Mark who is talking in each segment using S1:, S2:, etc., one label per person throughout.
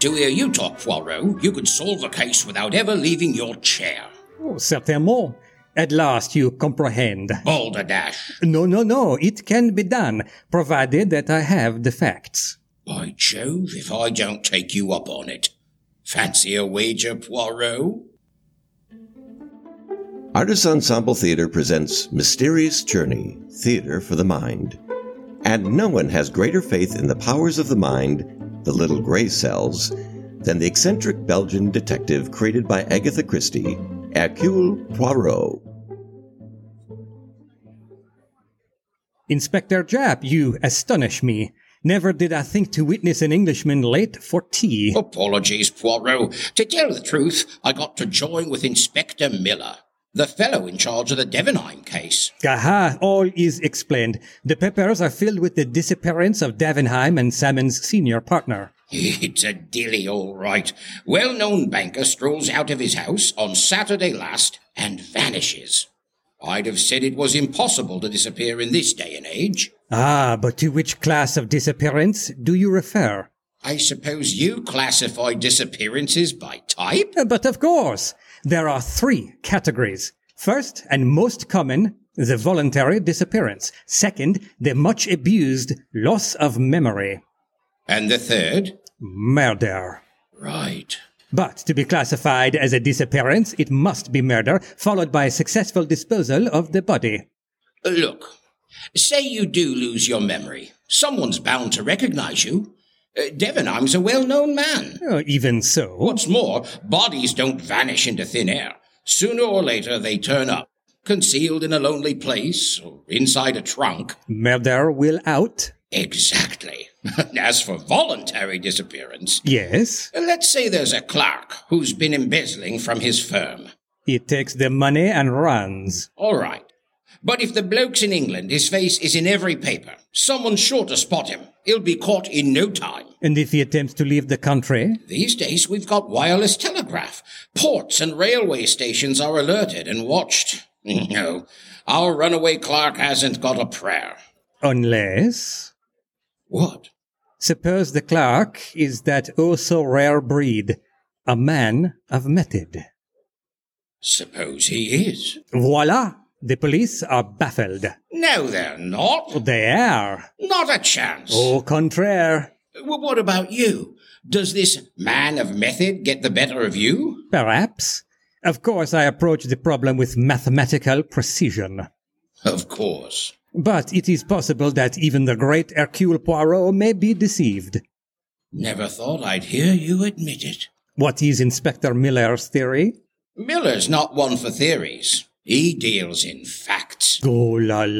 S1: to hear you talk, Poirot, you could solve the case without ever leaving your chair.
S2: Oh, certainement. At last you comprehend.
S1: Balderdash.
S2: No, no, no, it can be done, provided that I have the facts.
S1: By Jove, if I don't take you up on it. Fancy a wager, Poirot?
S3: Artist Ensemble Theater presents Mysterious Journey Theater for the Mind. And no one has greater faith in the powers of the mind, the little gray cells, than the eccentric Belgian detective created by Agatha Christie, Hercule Poirot.
S2: Inspector Japp, you astonish me. Never did I think to witness an Englishman late for tea.
S1: Apologies, Poirot. To tell the truth, I got to join with Inspector Miller, the fellow in charge of the Devenheim case.
S2: Aha, all is explained. The papers are filled with the disappearance of Davenheim and Salmon's senior partner.
S1: It's a dilly, all right. Well known banker strolls out of his house on Saturday last and vanishes. I'd have said it was impossible to disappear in this day and age.
S2: Ah, but to which class of disappearance do you refer?
S1: I suppose you classify disappearances by type?
S2: Uh, But of course, there are three categories. First and most common, the voluntary disappearance. Second, the much abused loss of memory.
S1: And the third?
S2: Murder.
S1: Right.
S2: But to be classified as a disappearance, it must be murder, followed by successful disposal of the body.
S1: Look, say you do lose your memory. Someone's bound to recognize you. Uh, Devenheim's a well known man.
S2: Uh, even so,
S1: What's more, bodies don't vanish into thin air. Sooner or later, they turn up, concealed in a lonely place or inside a trunk.
S2: murder will out.
S1: Exactly. As for voluntary disappearance,
S2: Yes,
S1: let's say there's a clerk who's been embezzling from his firm.
S2: he takes the money and runs.
S1: All right. But if the bloke's in England, his face is in every paper. Someone's sure to spot him. He'll be caught in no time.
S2: And if he attempts to leave the country,
S1: These days we've got wireless telegraph. Ports and railway stations are alerted and watched. No, our runaway clerk hasn't got a prayer.
S2: unless.
S1: What?
S2: Suppose the clerk is that oh so rare breed, a man of method.
S1: Suppose he is.
S2: Voila! The police are baffled.
S1: No, they're not.
S2: They are.
S1: Not a chance.
S2: Au contraire.
S1: Well, what about you? Does this man of method get the better of you?
S2: Perhaps. Of course, I approach the problem with mathematical precision.
S1: Of course.
S2: But it is possible that even the great Hercule Poirot may be deceived.
S1: Never thought I'd hear you admit it.
S2: What is Inspector Miller's theory?
S1: Miller's not one for theories. He deals in facts.
S2: Oh la
S1: Hmm.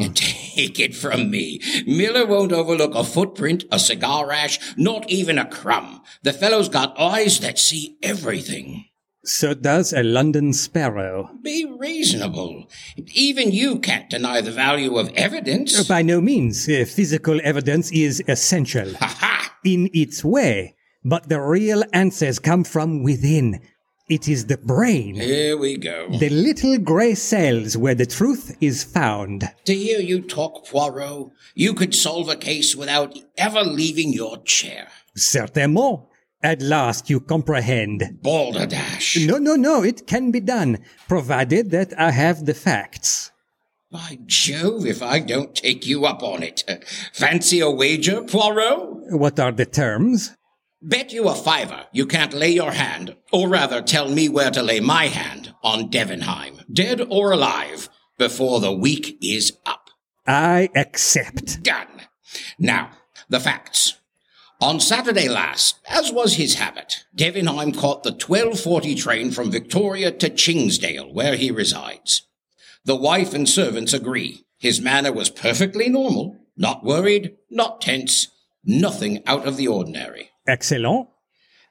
S2: la.
S1: Take it from me. Miller won't overlook a footprint, a cigar ash, not even a crumb. The fellow's got eyes that see everything.
S2: So does a London sparrow.
S1: Be reasonable. Even you can't deny the value of evidence.
S2: By no means. Uh, Physical evidence is essential
S1: Ha ha!
S2: in its way, but the real answers come from within. It is the brain,
S1: Here we go.
S2: the little gray cells where the truth is found.
S1: To hear you talk, Poirot, you could solve a case without ever leaving your chair.
S2: Certainement. At last you comprehend.
S1: Balderdash.
S2: No, no, no, it can be done, provided that I have the facts.
S1: By Jove, if I don't take you up on it. Fancy a wager, Poirot?
S2: What are the terms?
S1: Bet you a fiver you can't lay your hand, or rather tell me where to lay my hand, on Devenheim, dead or alive, before the week is up.
S2: I accept.
S1: Done. Now, the facts. On Saturday last, as was his habit, Devenheim caught the 1240 train from Victoria to Chingsdale, where he resides. The wife and servants agree. His manner was perfectly normal, not worried, not tense, nothing out of the ordinary.
S2: Excellent.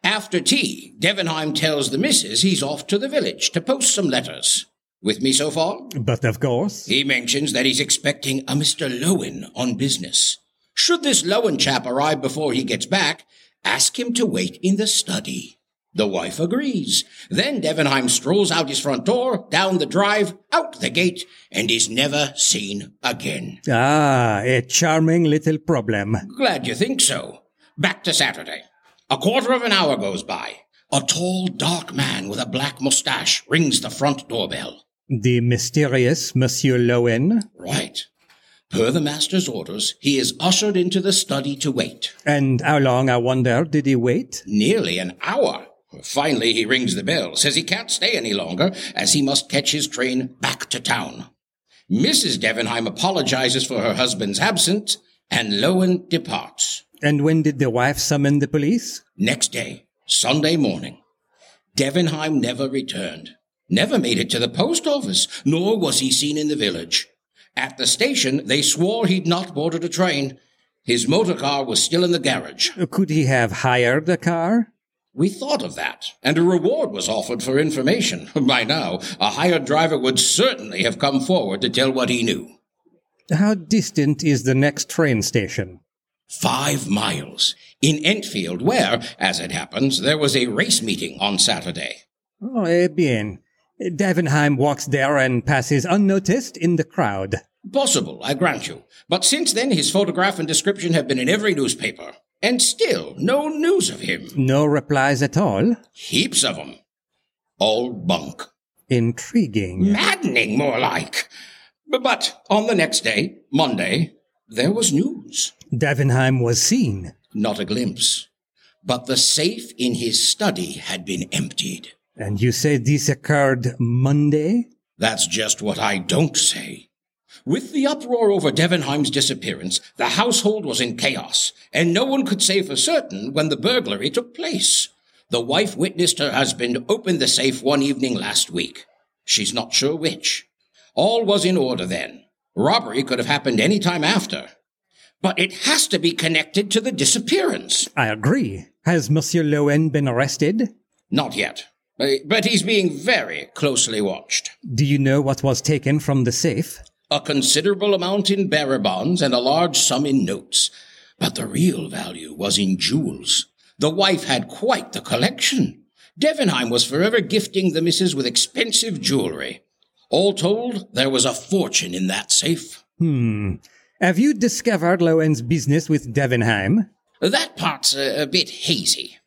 S1: After tea, Devenheim tells the missus he's off to the village to post some letters. With me so far?
S2: But of course,
S1: He mentions that he's expecting a Mr. Lowen on business. Should this Lowen chap arrive before he gets back, ask him to wait in the study. The wife agrees. Then Devenheim strolls out his front door, down the drive, out the gate, and is never seen again.
S2: ah, a charming little problem.
S1: Glad you think so. Back to Saturday. A quarter of an hour goes by. A tall, dark man with a black mustache rings the front doorbell.
S2: The mysterious Monsieur Lowen.
S1: Right. Per the master's orders, he is ushered into the study to wait.
S2: And how long, I wonder, did he wait?
S1: Nearly an hour. Finally, he rings the bell, says he can't stay any longer, as he must catch his train back to town. Mrs. Devenheim apologizes for her husband's absence, and Lowen departs.
S2: And when did the wife summon the police?
S1: Next day, Sunday morning, Devenheim never returned, never made it to the post office, nor was he seen in the village. At the station, they swore he'd not boarded a train. His motor car was still in the garage.
S2: Could he have hired a car?
S1: We thought of that, and a reward was offered for information. By now, a hired driver would certainly have come forward to tell what he knew.
S2: How distant is the next train station?
S1: Five miles. In Entfield, where, as it happens, there was a race meeting on Saturday.
S2: Oh, eh bien. Davenheim walks there and passes unnoticed in the crowd.
S1: Possible, I grant you. But since then, his photograph and description have been in every newspaper. And still, no news of him.
S2: No replies at all.
S1: Heaps of 'em. All bunk.
S2: Intriguing.
S1: Maddening, more like. B- But on the next day, Monday, there was news.
S2: Davenheim was seen.
S1: Not a glimpse. But the safe in his study had been emptied.
S2: And you say this occurred Monday?
S1: That's just what I don't say. With the uproar over Devenheim's disappearance, the household was in chaos, and no one could say for certain when the burglary took place. The wife witnessed her husband open the safe one evening last week. She's not sure which. All was in order then. Robbery could have happened any time after. But it has to be connected to the disappearance.
S2: I agree. Has Monsieur Lowen been arrested?
S1: Not yet. But but he's being very closely watched.
S2: Do you know what was taken from the safe?
S1: a considerable amount in bearer bonds and a large sum in notes. But the real value was in jewels. The wife had quite the collection. Devenheim was forever gifting the missus with expensive jewelry. All told, there was a fortune in that safe.
S2: Have you discovered Lowen's business with Davenheim?
S1: That part's a, a bit hazy.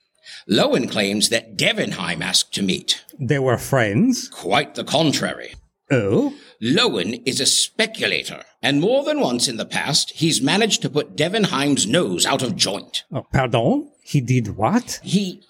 S1: Lowen claims that Devenheim asked to meet.
S2: They were friends.
S1: Quite the contrary.
S2: Oh?
S1: Lowen is a speculator, and more than once in the past, he's managed to put Devenheim's nose out of joint.
S2: oh pardon? He did what?
S1: he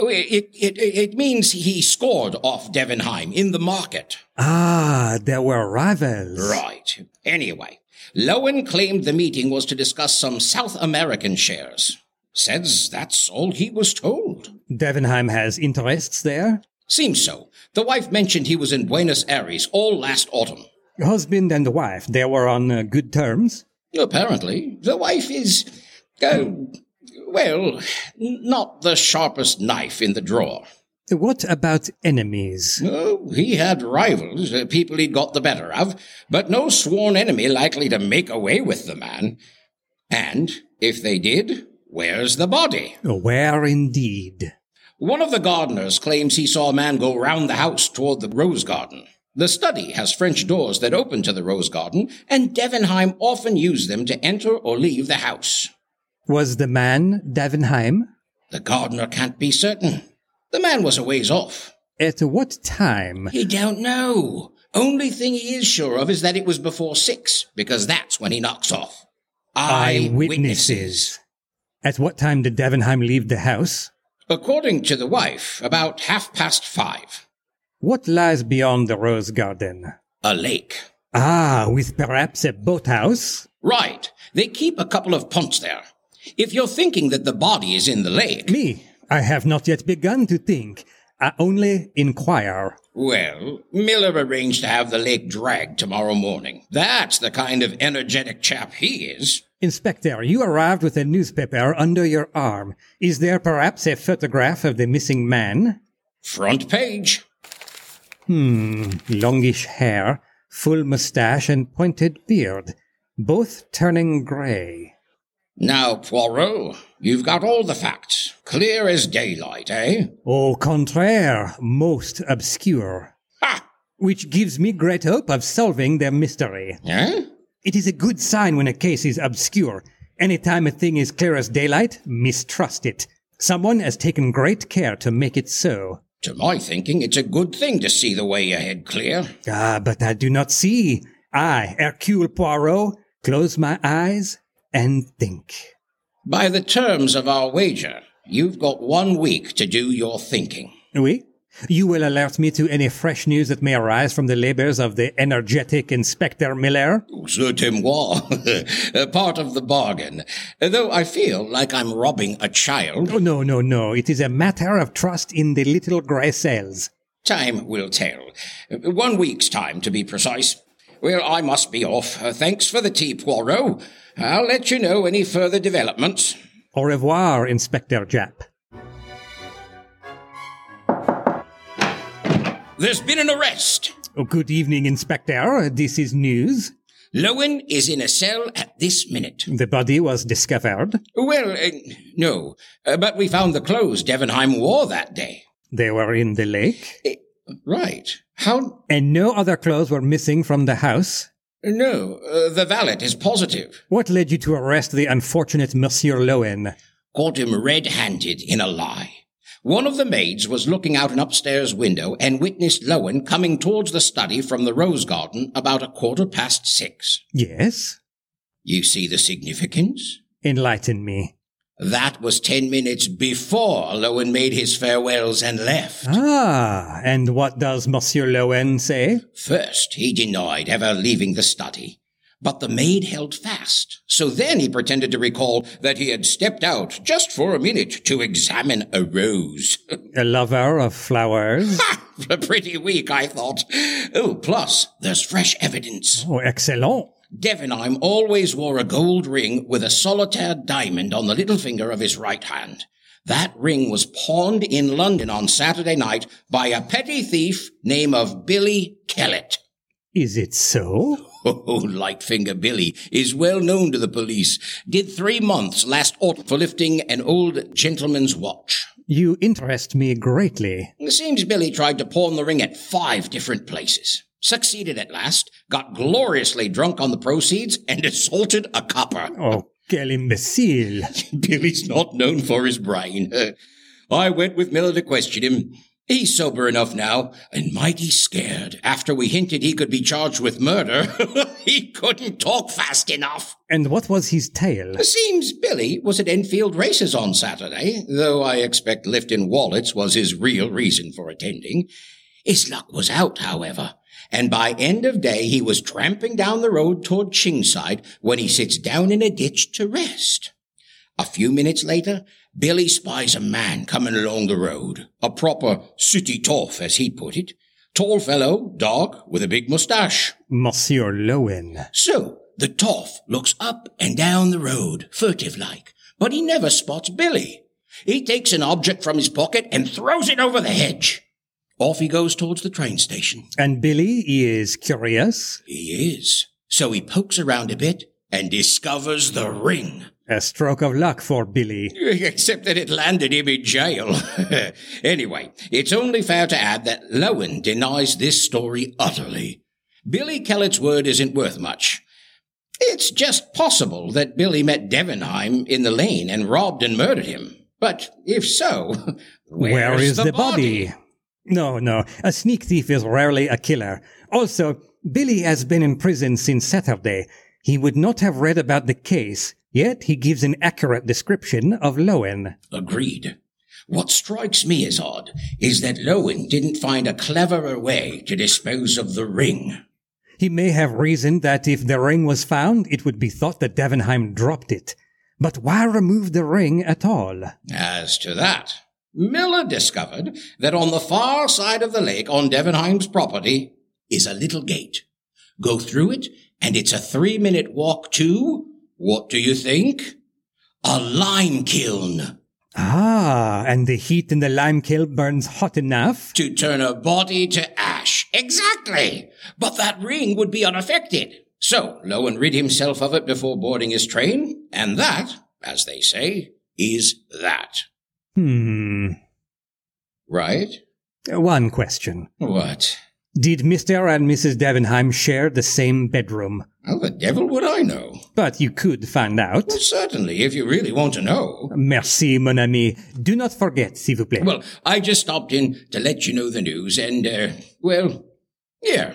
S1: it, it it means he scored off Devenheim in the market.
S2: Ah, there were rivals.
S1: Right. Anyway, Lowen claimed the meeting was to discuss some South American shares. Says that's all he was told.
S2: Davenheim has interests there.
S1: Seems so. The wife mentioned he was in Buenos Aires all last autumn.
S2: Husband and wife, they were on uh, good terms.
S1: Apparently, the wife is, uh, well, n- not the sharpest knife in the drawer.
S2: What about enemies?
S1: Oh, he had rivals, uh, people he'd got the better of, but no sworn enemy likely to make away with the man. And if they did, where's the body?
S2: Where indeed?
S1: One of the gardeners claims he saw a man go round the house toward the rose garden. The study has French doors that open to the rose garden, and Devenheim often used them to enter or leave the house.
S2: Was the man Davenheim?
S1: The gardener can't be certain. The man was a ways off.
S2: At what time?
S1: He don't know. Only thing he is sure of is that it was before six, because that's when he knocks off.
S2: Eyewitnesses. At what time did Davenheim leave the house?
S1: According to the wife, about half past five.
S2: What lies beyond the rose garden?
S1: A lake.
S2: Ah, with perhaps a boathouse?
S1: Right. They keep a couple of punts there. If you're thinking that the body is in the lake,
S2: Me, I have not yet begun to think. I only inquire.
S1: well, Miller arranged to have the lake dragged tomorrow morning. That's the kind of energetic chap he is.
S2: Inspector, you arrived with a newspaper under your arm. Is there perhaps a photograph of the missing man?
S1: Front page.
S2: Hmm, Longish hair, full mustache, and pointed beard, both turning grey.
S1: Now, Poirot, you've got all the facts. Clear as daylight, eh?
S2: Au contraire, most obscure.
S1: Ha!
S2: Which gives me great hope of solving their mystery.
S1: Huh?
S2: It is a good sign when a case is obscure. Any time a thing is clear as daylight, mistrust it. Someone has taken great care to make it so.
S1: To my thinking, it's a good thing to see the way ahead clear.
S2: Ah, but I do not see. I, Hercule Poirot, close my eyes and think.
S1: By the terms of our wager, you've got one week to do your thinking.
S2: Oui? You will alert me to any fresh news that may arise from the labors of the energetic Inspector Miller?
S1: C'était moi. Part of the bargain. Though I feel like I'm robbing a child.
S2: Oh, no, no, no. It is a matter of trust in the little grey cells.
S1: Time will tell. One week's time, to be precise. Well, I must be off. Uh, Thanks for the tea, Poirot. I'll let you know any further developments.
S2: Au revoir, Inspector Japp.
S1: There's been an arrest.
S2: Oh, good evening, Inspector. This is news.
S1: Lowen is in a cell at this minute.
S2: The body was discovered.
S1: Well, uh, no, uh, but we found the clothes Devenheim wore that day.
S2: They were in the lake.
S1: Eh, right. How?
S2: And no other clothes were missing from the house.
S1: No, uh, the valet is positive.
S2: What led you to arrest the unfortunate Monsieur Lowen?
S1: Caught him red-handed in a lie. One of the maids was looking out an upstairs window and witnessed Lowen coming towards the study from the rose garden about a quarter past six.
S2: Yes?
S1: You see the significance?
S2: Enlighten me.
S1: That was ten minutes before Lowen made his farewells and left.
S2: Ah, and what does Monsieur Lowen say?
S1: First, he denied ever leaving the study. But the maid held fast. So then he pretended to recall that he had stepped out just for a minute to examine a rose.
S2: A lover of flowers?
S1: Ha! Pretty weak, I thought. Oh, plus, there's fresh evidence.
S2: Oh, excellent.
S1: Devenheim always wore a gold ring with a solitaire diamond on the little finger of his right hand. That ring was pawned in London on Saturday night by a petty thief name of Billy Kellett.
S2: Is it so?
S1: Oh, Lightfinger Billy is well known to the police. Did three months last autumn for lifting an old gentleman's watch.
S2: You interest me greatly.
S1: It seems Billy tried to pawn the ring at five different places. Succeeded at last, got gloriously drunk on the proceeds, and assaulted a copper.
S2: Oh, quel imbecile.
S1: Billy's not known for his brain. I went with Miller to question him. He's sober enough now and mighty scared. After we hinted he could be charged with murder, he couldn't talk fast enough.
S2: And what was his tale?
S1: Seems Billy was at Enfield races on Saturday, though I expect Lifton Wallets was his real reason for attending. His luck was out, however, and by end of day he was tramping down the road toward Chingside when he sits down in a ditch to rest. A few minutes later, Billy spies a man coming along the road. A proper city toff, as he put it. Tall fellow, dark, with a big moustache.
S2: Monsieur Lowen.
S1: So, the toff looks up and down the road, furtive like, but he never spots Billy. He takes an object from his pocket and throws it over the hedge. Off he goes towards the train station.
S2: And Billy is curious?
S1: He is. So he pokes around a bit and discovers the ring.
S2: A stroke of luck for Billy.
S1: Except that it landed him in jail. anyway, it's only fair to add that Lowen denies this story utterly. Billy Kellett's word isn't worth much. It's just possible that Billy met Devenheim in the lane and robbed and murdered him. But if so, where's
S2: Where is the, body? No, no. A sneak thief is rarely a killer. Also, Billy has been in prison since Saturday. He would not have read about the case, yet he gives an accurate description of Lowen.
S1: Agreed. What strikes me as odd is that Lowen didn't find a cleverer way to dispose of the ring.
S2: He may have reasoned that if the ring was found, it would be thought that Davenheim dropped it. But why remove the ring at all?
S1: As to that, Miller discovered that on the far side of the lake on Devenheim's property is a little gate. Go through it, and it's a three minute walk to, what do you think? A lime kiln
S2: Ah, and the heat in the lime kiln burns hot enough?
S1: to turn a body to ash. Exactly! But that ring would be unaffected. So Lowen rid himself of it before boarding his train, and that, as they say, is that.
S2: Hmm.
S1: Right?
S2: One question.
S1: What?
S2: Did Mr. and Mrs. Davenheim share the same bedroom?
S1: How the devil would I know?
S2: But you could find out.
S1: Well, certainly, if you really want to know.
S2: Merci, mon ami. Do not forget, s'il vous plaît.
S1: Well, I just stopped in to let you know the news, and, uh, well, yeah,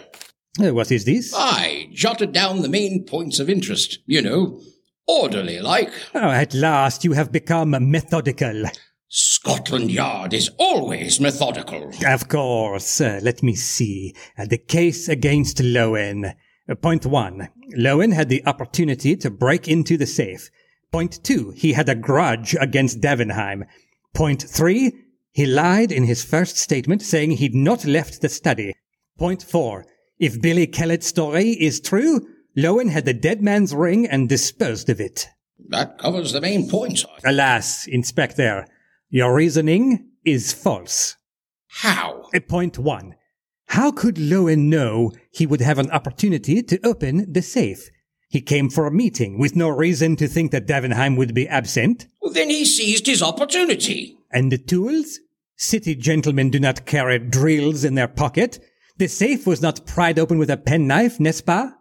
S2: Uh, what is this?
S1: I jotted down the main points of interest, you know, orderly like.
S2: Oh, at last you have become methodical.
S1: Scotland Yard is always methodical.
S2: Of course. Uh, let me see. Uh, the case against Lowen. Uh, point one. Lowen had the opportunity to break into the safe. Point two. He had a grudge against Davenheim. Point three. He lied in his first statement saying he'd not left the study. Point four. If Billy Kellett's story is true, Lowen had the dead man's ring and disposed of it.
S1: That covers the main points. I-
S2: Alas, Inspector, your reasoning is false.
S1: How?
S2: Uh, Point one. How could Lowen know he would have an opportunity to open the safe? He came for a meeting with no reason to think that Davenheim would be absent.
S1: Well, then he seized his opportunity.
S2: And the tools? City gentlemen do not carry drills in their pocket. The safe was not pried open with a penknife, n'est-ce pas?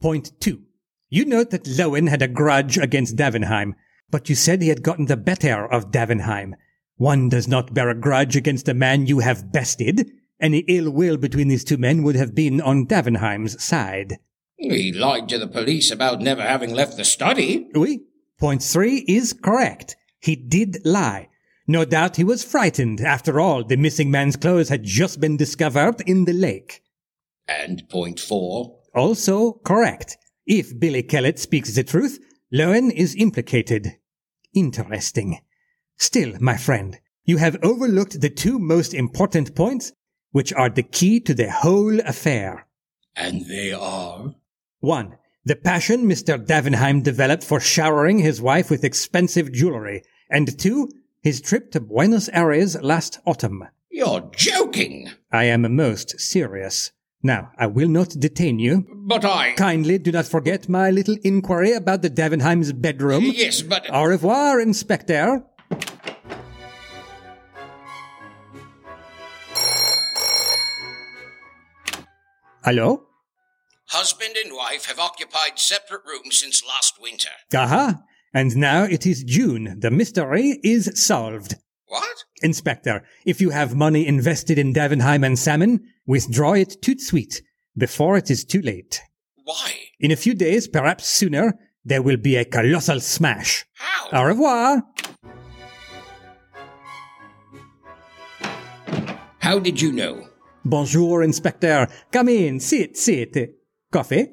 S2: Point two. You note that Lowen had a grudge against Davenheim, but you said he had gotten the better of Davenheim. One does not bear a grudge against a man you have bested. Any ill will between these two men would have been on Davenheim's side.
S1: He lied to the police about never having left the study.
S2: Oui. Point three is correct. He did lie. No doubt he was frightened. After all, the missing man's clothes had just been discovered in the lake.
S1: And point four.
S2: Also correct. If Billy Kellett speaks the truth, Lowen is implicated. Interesting. Still, my friend, you have overlooked the two most important points, which are the key to the whole affair.
S1: And they are.
S2: 1. The passion Mr. Davenheim developed for showering his wife with expensive jewelry. And 2. His trip to Buenos Aires last autumn.
S1: You're joking.
S2: I am most serious. Now, I will not detain you.
S1: But I.
S2: Kindly do not forget my little inquiry about the Davenheim's bedroom.
S1: Yes, but.
S2: Au revoir, Inspector. Hello?
S1: Husband and wife have occupied separate rooms since last winter.
S2: Aha! And now it is June. The mystery is solved.
S1: What?
S2: Inspector, if you have money invested in Davenheim and Salmon, withdraw it tout de suite, before it is too late.
S1: Why?
S2: In a few days, perhaps sooner, there will be a colossal smash.
S1: How?
S2: Au revoir!
S1: How did you know?
S2: Bonjour, Inspector. Come in, sit, sit. Coffee?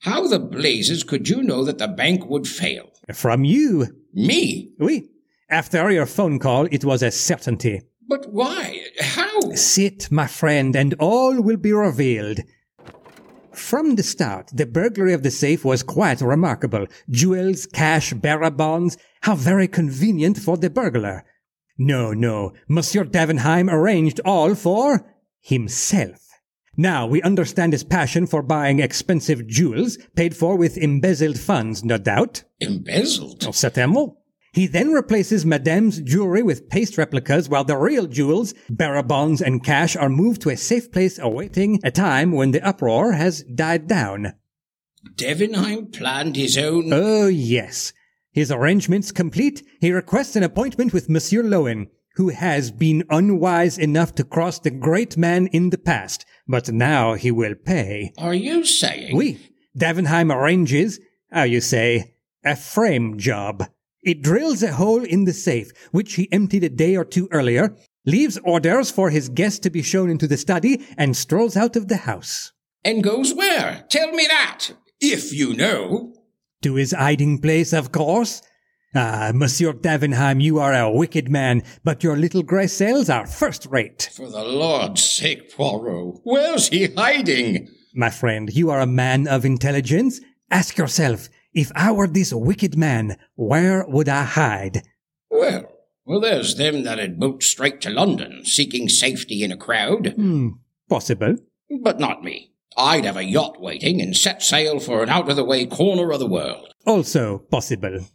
S1: How the blazes could you know that the bank would fail?
S2: From you.
S1: Me?
S2: Oui. After your phone call, it was a certainty.
S1: But why? How?
S2: Sit, my friend, and all will be revealed. From the start, the burglary of the safe was quite remarkable. Jewels, cash, bearer bonds. How very convenient for the burglar. No, no. Monsieur Davenheim arranged all for himself. Now we understand his passion for buying expensive jewels, paid for with embezzled funds, no doubt.
S1: Embezzled?
S2: Certainement. He then replaces Madame's jewelry with paste replicas while the real jewels, bearer bonds, and cash are moved to a safe place awaiting a time when the uproar has died down.
S1: Devenheim planned his own.
S2: Oh, yes. His arrangements complete, he requests an appointment with Monsieur Lowen, who has been unwise enough to cross the great man in the past, but now he will pay.
S1: Are you saying?
S2: We Davenheim arranges, how you say, a frame job. It drills a hole in the safe, which he emptied a day or two earlier, leaves orders for his guest to be shown into the study, and strolls out of the house.
S1: And goes where? Tell me that. If you know.
S2: To his hiding place, of course. Ah, Monsieur Davenheim, you are a wicked man, but your little grey cells are first rate.
S1: For the Lord's sake, Poirot, where's he hiding?
S2: My friend, you are a man of intelligence. Ask yourself, if I were this wicked man, where would I hide?
S1: Well, well, there's them that had booked straight to London, seeking safety in a crowd.
S2: Hmm, possible.
S1: But not me. I'd have a yacht waiting and set sail for an out of the way corner of the world.
S2: also possible.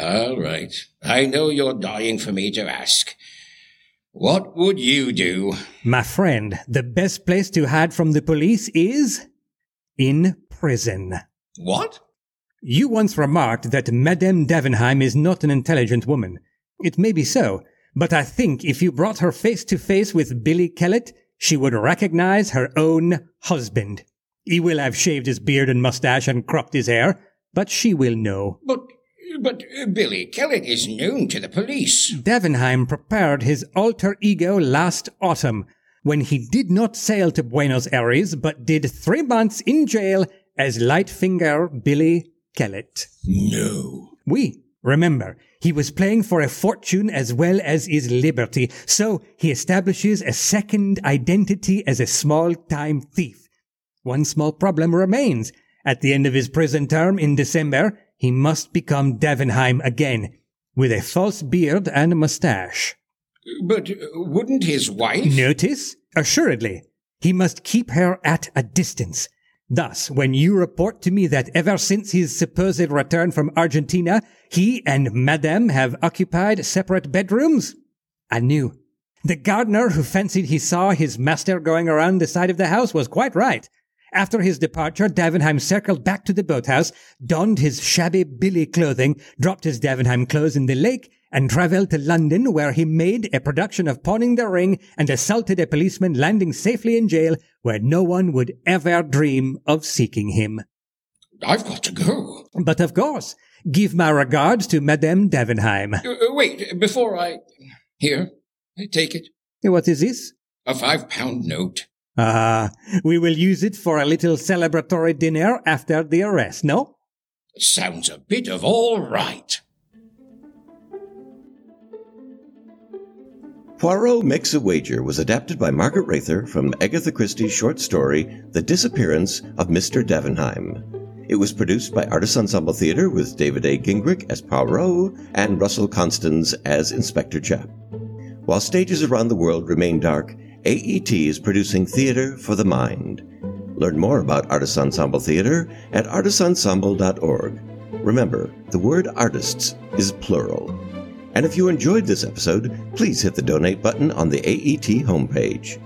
S1: All right. I know you're dying for me to ask. What would you do?
S2: My friend, the best place to hide from the police is in prison.
S1: What?
S2: You once remarked that Madame Davenheim is not an intelligent woman. It may be so, but I think if you brought her face to face with Billy Kellett, she would recognize her own husband. He will have shaved his beard and mustache and cropped his hair, but she will know.
S1: But, but uh, Billy Kellett is known to the police.
S2: Davenheim prepared his alter ego last autumn when he did not sail to Buenos Aires but did three months in jail as Lightfinger Billy Kellett.
S1: No.
S2: We remember he was playing for a fortune as well as his liberty, so he establishes a second identity as a small time thief. One small problem remains. At the end of his prison term in December, he must become Davenheim again, with a false beard and mustache.
S1: But uh, wouldn't his wife?
S2: Notice? Assuredly. He must keep her at a distance. Thus, when you report to me that ever since his supposed return from Argentina, he and Madame have occupied separate bedrooms, I knew. The gardener who fancied he saw his master going around the side of the house was quite right. After his departure, Davenheim circled back to the boathouse, donned his shabby billy clothing, dropped his Davenheim clothes in the lake, and travelled to London, where he made a production of pawning the ring and assaulted a policeman landing safely in jail, where no one would ever dream of seeking him.
S1: I've got to go.
S2: But of course, give my regards to Madame Davenheim.
S1: Uh, uh, wait, before I. Here, take it.
S2: What is this?
S1: A five pound note.
S2: Ah, we will use it for a little celebratory dinner after the arrest, no?
S1: Sounds a bit of all right.
S3: Poirot Makes a Wager was adapted by Margaret Rather from Agatha Christie's short story The Disappearance of Mr. Davenheim. It was produced by Artist Ensemble Theatre with David A. Gingrich as Poirot and Russell Constans as Inspector Chap. While stages around the world remain dark, AET is producing theater for the mind. Learn more about Artist Ensemble Theater at artistensemble.org. Remember, the word artists is plural. And if you enjoyed this episode, please hit the donate button on the AET E homepage.